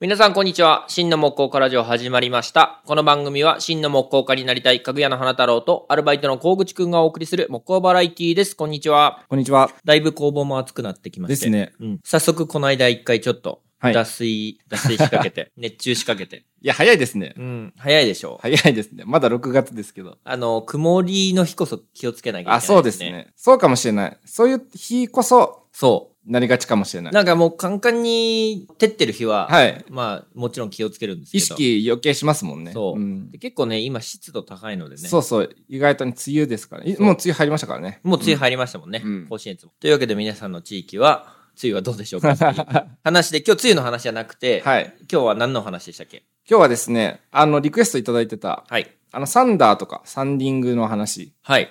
皆さん、こんにちは。真の木工家ラジオ始まりました。この番組は、真の木工家になりたい、かぐやの花太郎と、アルバイトの小口くんがお送りする木工バラエティです。こんにちは。こんにちは。だいぶ工房も熱くなってきまして。です。ね。うん。早速、この間一回ちょっと、はい脱水、脱水仕掛け て、熱中仕掛けて。いや、早いですね。うん。早いでしょう。早いですね。まだ6月ですけど。あの、曇りの日こそ気をつけなきゃいけない、あ、そうです。ね。そうかもしれない。そういう日こそそなりがちかもしれなう。い。なんかもう、カンカンに、照ってる日は、はい。まあ、もちろん気をつけるんですけど。意識余計しますもんね。そう、んで結構ね、今湿度高いのでね。そうそう。意外とね梅雨ですからね。いそうもう梅雨入りましたからね。もう梅雨入りましたもんね。うん甲子園つも。というわけで皆さんの地域は、梅雨はどうでしょうかって いう話で、今日梅雨の話じゃなくて、はい。今日は何の話でしたっけ今日はですね、あの、リクエストいただいてた、はい。あの、サンダーとか、サンディングの話。はい。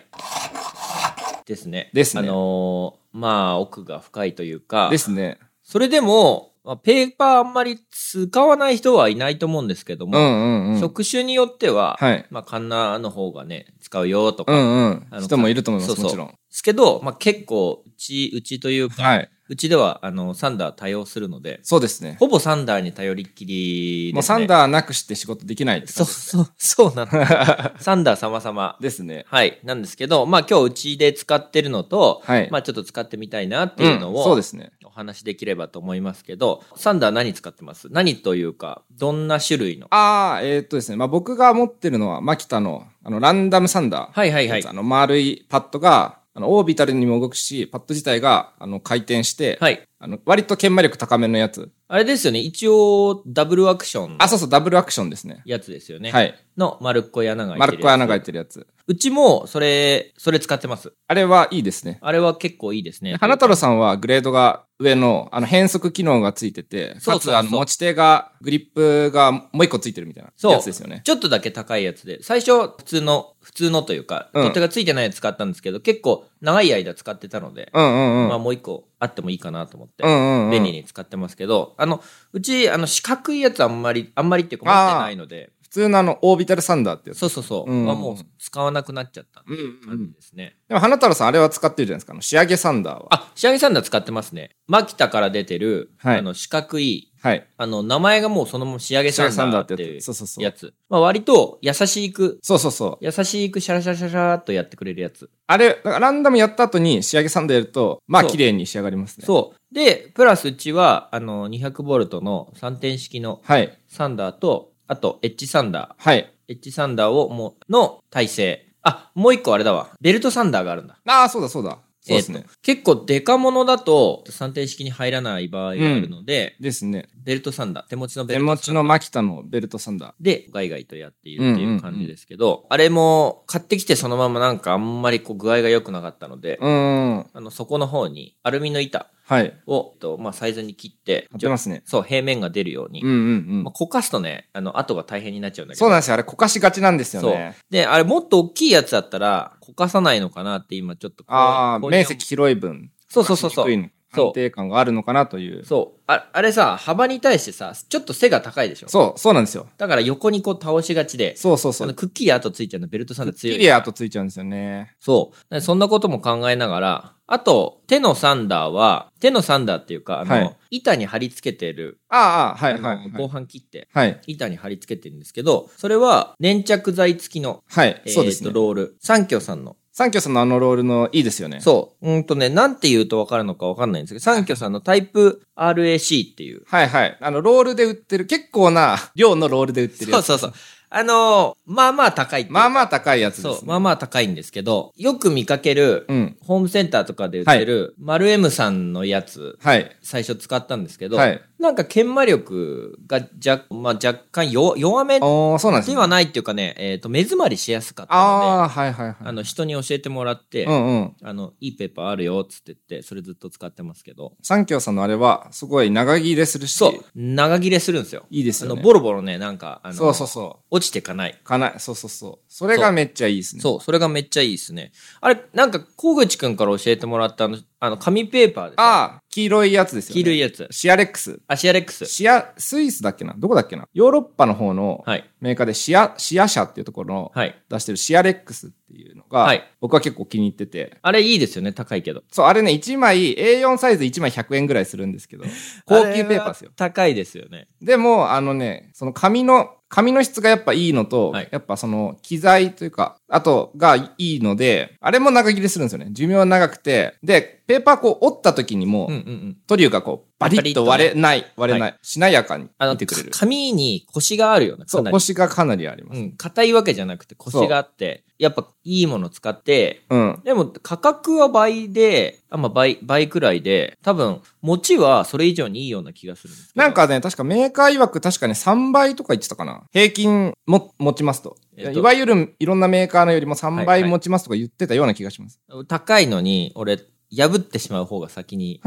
ですね。ですねあのーまあ、奥が深いというか、ですね。それでも、まあペーパーあんまり使わない人はいないと思うんですけどうも、んうんうん。職種によっては、はいまあ、カンナの方がね、使うよとうか、でんうあん。の人もいると思いまそうそうす。もちろん。すけど、まあ、結構、うち、うちというか、はい。うちでは、あの、サンダー対応するので、そうですね。ほぼサンダーに頼りっきりです、ね。もうサンダーなくして仕事できないってそう感じですそう、そうなん だ。サンダー様様。ですね。はい。なんですけど、まあ今日うちで使ってるのと、はいまあちょっと使ってみたいなっていうのんそうをで、すね。お話しできればと思いますけど、サンダー何使ってます何というか、どんな種類のああ、えーっとですね、まあ、僕が持ってるのは、マキタの、あの、ランダムサンダー。はいはいはいあ。の、丸いパッドが、あの、オービタルにも動くし、パッド自体が、あの、回転して、はい。あの、割と研磨力高めのやつ。あれですよね。一応、ダブルアクションのあ、そうそう、ダブルアクションですね。やつですよね。はい。の丸っこい穴が開いて丸るっこい穴が開いいてるやつ。うちも、それ、それ使ってます。あれはいいですね。あれは結構いいですね。花太郎さんはグレードが上の、あの、変速機能がついてて、そうそうそうかつ、あの、持ち手が、グリップがもう一個ついてるみたいなそう。やつですよね。ちょっとだけ高いやつで、最初、普通の、普通のというか、うん取っ手がついてないやつ使ったんですけど、結構長い間使ってたので、うんうんうん。まあもう一個あってもいいかなと思って、うんうんうん。便利に使ってますけど、あの、うち、あの、四角いやつあんまり、あんまりっていうか持ってないので、普通のあの、オービタルサンダーってやつ。そうそうそう、うんはもう使わなくなっちゃったうん感じですね。でも、花太郎さん、あれは使ってるじゃないですか。あの仕上げサンダーは。あ、仕上げサンダー使ってますね。マキタから出てる、はいあの、四角い、はい。あの、名前がもうそのまま仕上げサンダーっていうそうそうそう。やつ。まあ割と優しく、そうそうそう。優しくシャラシャラシャラシャラっとやってくれるやつ。あれ、だからランダムやった後に仕上げサンダーやると、まあ、そう綺麗に仕上がりますね。う。そう。で、プラスうちは、あの、200ボルトの3点式のはい。サンダーと、あと、エッジサンダはい。ー。エッジサンダーをもう、の体制。あ、もう一個あれだわ。ベルトサンダーがあるんだ。ああ、そうだそうだ。そうですえねー。と結構デカものだと、3点式に入らない場合があるので、ですね。ベルトサンダー。手持ちのベ手ルト持ちのマキタのベルトサンダー。で、ガイガイとやっているってうんうんいううん感じですけど、あれも買ってきてそのままなんかあんまりこう具合が良くなかったので、うーん。あの、そこの方にアルミの板はい。を、えっとまあ、サイズに切って、貼ってますね。そう、平面が出るように。うんうんうまんあ、。こかすとね、あの、後が大変になっちゃうんだけど。そうなんですよ。あれ、こかしがちなんですよね。そうで、あれ、もっと大きいやつだったら、こかさないのかなって今ちょっとこう。ああ、こう面積。広い分。そうそうそうそうこかしにくいそうの安定感があるのかなという。そう。ああれさ、幅に対してさ、ちょっと背が高いでしょ。そう、そうなんですよ。だから横にこう倒しがちで、そうそうあそのう。くっきり後ついちゃうの、ベルトサンダー強キい。リアとついちゃうんですよね。そう。でそんなことも考えながら、あと、手のサンダーは、手のサンダーっていうか、あの、はい板に貼り付けてる、ああ、あはいのはいは後い。半切って、はい。板に貼り付けてるんですけど、それは粘着剤付きの、はい。えそうでーすと、ね。ロール。三協さんの。サンキョさんのあのロールのいいですよね。そう。うんとね、なんて言うと分かるのか分かんないんですけど、三協さんのタイプ RAC っていう。はいはい。あの、ロールで売ってる、結構な量のロールで売ってるそやうつ。そうそう。あのーまあまあ高いっていうまあまあ高いやつです、ね。そう、まあまあ高いんですけど、よく見かける、うん。ホームセンターとかで売ってる、丸 M さんのやつ、はい。最初使ったんですけど、はいなんか研磨力が若,、まあ、若干弱弱めおー、そうなんですでね。はないっていうかね、えっ、と、目詰まりしやすかったので、ああ、はいはいはい。あの、人に教えてもらって、うんうん。あの、いいペーパーあるよ、つって言って、それずっと使ってますけど。サンキョさんのあれは、すごい長切れするし、そう。長切れするんですよ。いいですよあの、ね。ボロボロね、なんか、あの、そうそうそ落ちてかない。う。かな、そうそうそう。それがめっちゃいいですね。そう、それがめっちゃいいですね。あれ、なんか、小口くんから教えてもらったあの、あの、紙ペーパーです。ああ、黄色いやつですよ、ね。黄色いやつ。シアレックス。アシアレックス。シア、スイスだっけなどこだっけなヨーロッパの方のはい。メーカーでシア、シア社っていうところのはい。出してるシアレックスっていうのが、はい僕は結構気に入ってて。あれいいですよね、高いけど。そう、あれね、1枚、A4 サイズ1枚100円ぐらいするんです けど、高級ペーパーですよあれは。高いですよね。でも、あのね、その紙の、紙の質がやっぱいいのと、はいやっぱその機材というか、あとがいいので、あれも長切れするんですよね。寿命長くて。で、ペーパーこう折った時にも、うんうんうん。トリューがこう、バリッと割れない、割れない、しなやかにあの、見てくれる。紙に腰があるよね、そかう、なり。腰がかなりありまうす。ん。硬いわけじゃなくて腰があって、やっぱいいもの使って、うん。でも価格は倍で、あまあ、倍、倍くらいで、多分、持ちはそれ以上にいいような気がするんですけどなん、かね、確かメーカー曰く確かね、3倍とか言ってたかな。平均も、持ちますと。えっといわゆるいろんなメーカーのよりも3はい倍はい持ちますとか言ってたような気がします。高いのに、俺、破ってしまう方が先 に、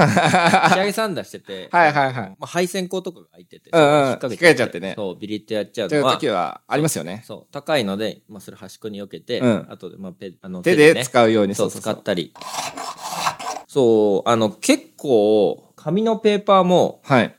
仕上げサンダーしてて、はいはいはいまあ、配線口とかが開いてて、うんうんそこに引っ掛けちゃってねそう、ビリッとやっちゃうといのうは、時はありますよね。そう、高いので、まあ、それ端っこに避けて、うんあとで、まあ、ペあの手ねで使うように、そうそう使そうったり。そう、あの、結構、紙のペーパーもはい。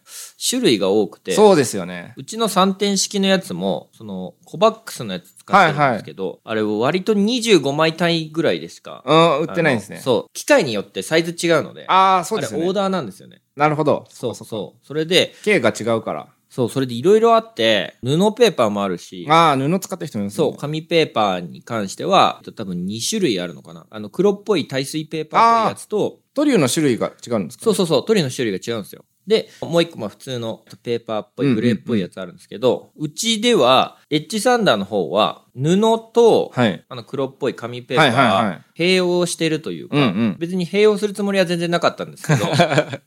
種類が多くて、そうですよね。うちの3点式のやつも、その、コバックスのやつ使ってるんですけど、あれ割と25枚単位ぐらいでしか、うん、売ってないんですね。あのそう、機械によってサイズ違うので、ああ、そうですあよれオーね。ダーなんですよね。なるほど。そうそうそう。それで、径が違うから。そう、それでいろいろあって、布ペーパーもあるし、ああ、布使ってる人もいますねそう、紙ペーパーに関しては、えっと多分2種類あるのかな。あの、黒っぽい耐水ペーパーっぽいやつと、トリューの種類が違うんですかそうそうそう、鳥の種類が違うんですよ。で、もう一個、まあ普通のペーパーっぽうんい、うんグうんレーっぽいやつあるんですけど、うちでは、エッジサンダーの方は、布と、はい。あの黒っぽい紙ペーパーはいはいはいが併用してるというか、うんうん別に併用するつもりは全然なかったんですけ ど、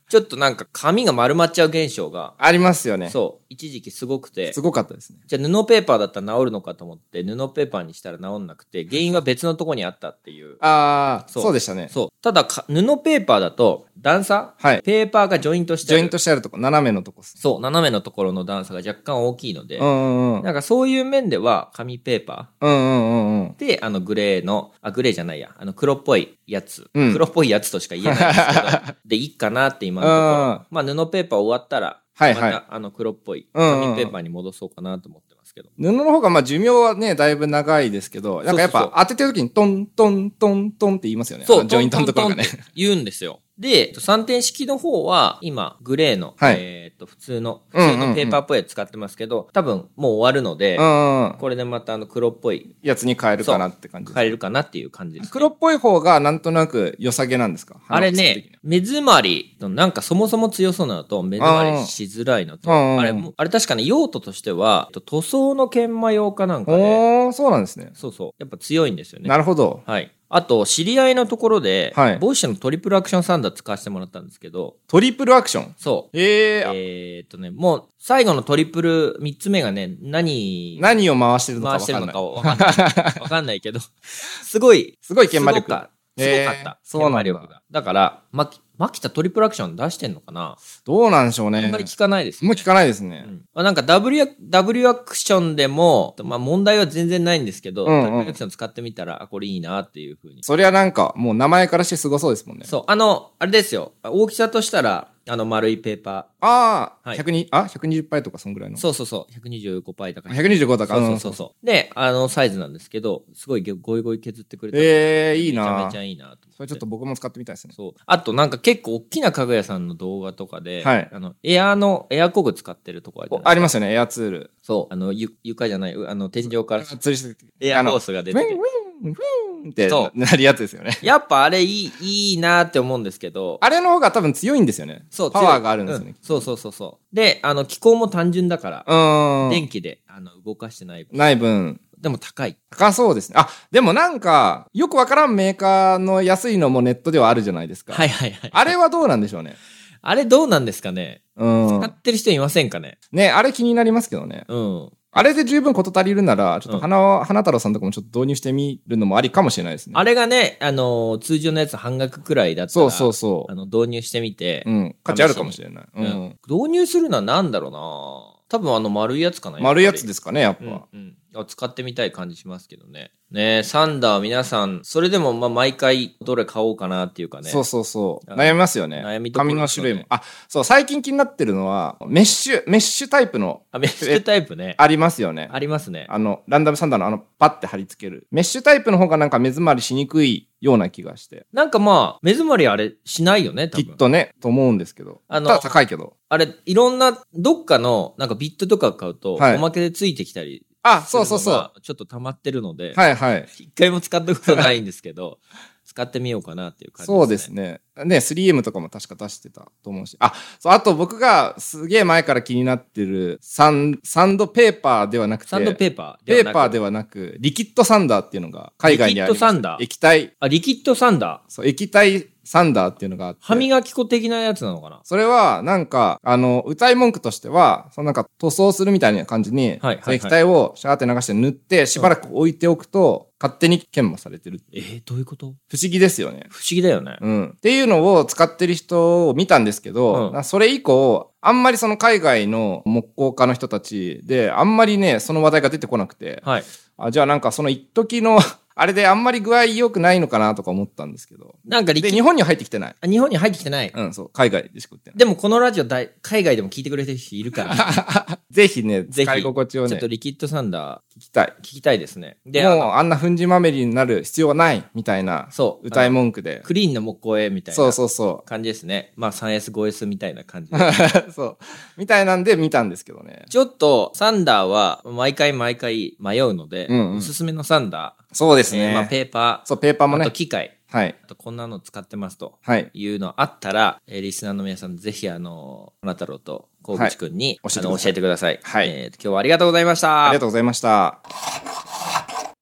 ちょっとなんか紙が丸まっちゃう現象が、ありますよね。そう、一時期すごくてす、ごかったですね。じゃあ布ペーパーだったら治るのかと思って、布ペーパーにしたら治んなくて、原因は別のとこにあったっていう。ああ、そそううでしたね。そう。ただか、布ペーパーだと、段差、はいペーパーがジョイントしてジあョるイントしてあるとこ、斜めのとこっす。そう、斜めのところの段差が若干大きいので、うんうんうん。なんかそういう面では紙ペーパうんうんうんうん。ーで、あのグレーの、あ、グレーじゃないや、あの黒っぽいやつ、うん黒っぽいやつとしか言えないんです けど、で、いいかなって今のところ、まあ布ペーパー終わったら、はいはいまたあの黒っぽいうんうんうん紙ペーパーに戻そうかなと思ってますけど。布の方が、まあ、寿命はね、だいぶ長いですけど、なんかやっそうそうぱ当ててる時にトントントントンって言いますよね。あそう、のジョイントのところがねトン。トントンって言うんですよ。で、3点式の方は、今、グレーの、はいえーっと、普通の、普うんうんうん通のペーパーっぽいやつ使ってますけど、多分もう終わるのでう、んうん。これでまたあの黒っぽい、やつに変えるかなって感じです。変えるかなっていう感じですね、黒っぽい方がなんとなく良さげなんですかあれ花房的ね、目詰まりの、なんかそもそも強そうなのと、目詰まりしづらいのと、うんうんうんあれも、あれ確かに用途としては、えっと塗装の研磨用かなんなかで、おー、そうなんですね。そうそう、やっぱ強いんですよね。なるほど。はい。あと、知り合いのところで、はいボイシュのトリプルアクションサンダー使わせてもらったんですけど、トリプルアクション。そう。えー、えーっとね、もう最後のトリプル3つ目がね、何何を回してるのか回わしてかるんのないか。わかんない。わかんないけど、すごい、すごい研磨す力ご。かすえごーかった。そうなんだ研磨力が。だから、ま、牧田トリプルアクション出してんのかなどうなんでしょうね。あんまり聞かないですよもうね。聞かないですね。うんまあなんか W ア、W アクションでも、まあ問題は全然ないんですけど、うんうんトリプルアクション使ってみたら、あ、これいいなっていうふうに。そりゃなんか、もう名前からしてすごそうですもんね。そう、あの、あれですよ。大きさとしたら、あの丸いペーパああ、はい120、あ ?120 倍とかそんぐらいー。の。そうそうそう。125パイだから。 125とか。そうそうそうそう。で、あのサイズなんですけど、すごいゴイゴイ削ってくれうんて、ええいいめちゃなめちゃいいなと思てそれちょっと僕も使ってみたいですね。そう。あとなんか結構大きな家具屋さんの動画とかで、はいあの、エアーの、エア工具使ってるとこあるじゃおないありますよね、エアツール。そう。あの、ゆ床じゃない、うあの、天井から釣りしてエアコースがウ出ィンウてて。ィンウィンってそなるやつですよね。やっぱあれいい、いいなって思うんですけど、あれの方が多分強いんですよね。そう、パ強ワーいがあるんですようね。そうそうそうそう。で、あの、気候も単純だから、うん。電気で、あの、動かしてない。ない分、でも高い。高そうですね。あ、でもなんか、よくわからんメーカーの安いのもネットではあるじゃないですか。はいはいはい。あれはどうなんでしょうね。あれどうなんですかねうん使。ってる人いませんかねね、あれ気になりますけどね。うん。あれで十分事足りるなら、ちょっと花は、花太郎さんとかもちょっと導入してみるのもありかもしれないですね。あれがね、あの、通常のやつ半額くらいだったら、そうそうそあの、導入してみて、う。うん。価値あるかもしれない。ううんん。導入するのは何だろうな多分あの丸いやつかな。。丸いやつですすかね、やっぱ。うんうんあ使ってみたい感じしますけどね。ねえサンダー皆さん、それでもまあ毎回どれ買おうかなっていうかね。そうそうそう。悩みますよね。悩みどころ髪でのすよ種ね類も。あ、そう、最近気になってるのは、メッシュ、メッシュタイプのあ、メッシュタイプね。あありますよね。りますね。あの、ランダムサンダーのあの、パッて貼り付ける。メッシュタイプの方がなんか目詰まりしにくいような気がして。なんかまあ、目詰まりあれしないよね、多き分。っとね、と思うんですけど。あのただ高いけど。あれ、いろんな、どっかの、なんかビットとか買うと、はいおまけでついてきたりあ、するそのうそうそう。がちょっと溜まってるので、はいはい。一回も使ったことないんですけど、使ってみようかなっていう感じですね。そうですね。ね、3M とかも確か出してたと思うし。あ、そう、あと僕がすげえ前から気になってるサン、サンドペーパーではなくて、サンドペーパーではペなくーパーではなく、リキッドサンダーっていうのが海外にありまリキッドす。サンダー液体、あ、リキッドサンダー。そう、液体サンダーっていうのがあって。歯磨き粉的なやつなのかなそれは、なんか、あの、歌い文句としては、そのなんか塗装するみたいな感じに、はいはいはい液体をシャーって流して塗って、しばらく置いておくと、勝手に研磨されてる。えー、どういうこと不思議ですよね。不思議だよね。うん。っていうのを使ってる人を見たんですけど、うんそれ以降、あんまりその海外の木工家の人たちで、あんまりね、その話題が出てこなくて、はい。あじゃあなんかその一時の、 あれであんまり具合良くないのかなとか思ったんですけど。なんかリキで、日本には入ってきてない。あ日本に入ってきてない。うん、そう。海外でしか売ってない。でもこのラジオ大、海外でも聞いてくれてる人いる から、 ぜひね、ぜひ使い心地をちょっねと、リキッドサンダ聞きたいー。聞きたいですね。で、あもうあんな粉じまめりになる必要はないみたいなそう歌い文句でクリーンの木工絵みたいそうなそうそ感じですね。まあ 3S、5S みたいな感じで。う そうみたいなんで見たんですけどねちょっと、サンダーは、毎回毎回迷うので、うんうんおすすめのサンダそうでー、すね、えーまあ、ペーパー、そうペーパーもあねと機械、はいあとこんなの使ってますとはいいうのあったら、えーリスナーの皆さん、ぜひ、あの、花太郎と小口くんに、はいあの教えてください。はいえー今日はありがとうございました。ありがとうございました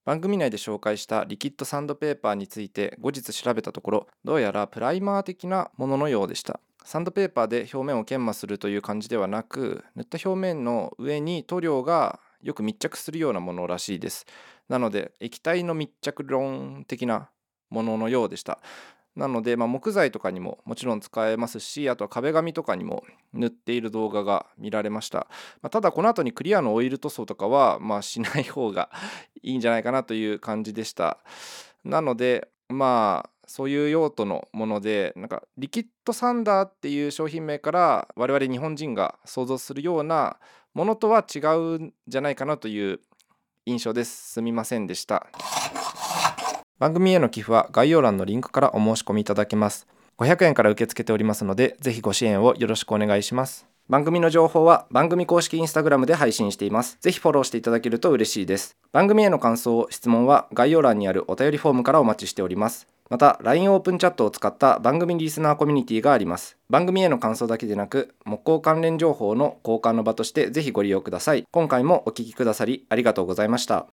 番組内で紹介したリキッドサンドペーパーについて後日調べたところどうやらプライマー的なもののようでしたサンドペーパーで表面を研磨するという感じではなく塗った表面の上に塗料がよく密着するようなものらしいですなので液体の密着論的なもののようでしたなので、まあ、木材とかにももちろん使えますしあとは壁紙とかにも塗っている動画が見られました、まあ、ただこの後にクリアのオイル塗装とかは、まあ、しない方が いいんじゃないかなという感じでした。なのでまあそういう用途のものでなんかリキッドサンダーっていう商品名から我々日本人が想像するようなものとは違うんじゃないかなという印象です。すみませんでした。番組への寄付は概要欄のリンクからお申し込みいただけます。500円から受け付けておりますので、ぜひご支援をよろしくお願いします。番組の情報は番組公式インスタグラムで配信しています。ぜひフォローしていただけると嬉しいです。番組への感想、質問は概要欄にあるお便りフォームからお待ちしております。また、LINE オープンチャットを使った番組リスナーコミュニティがあります。番組への感想だけでなく、木工関連情報の交換の場としてぜひご利用ください。今回もお聞きくださりありがとうございました。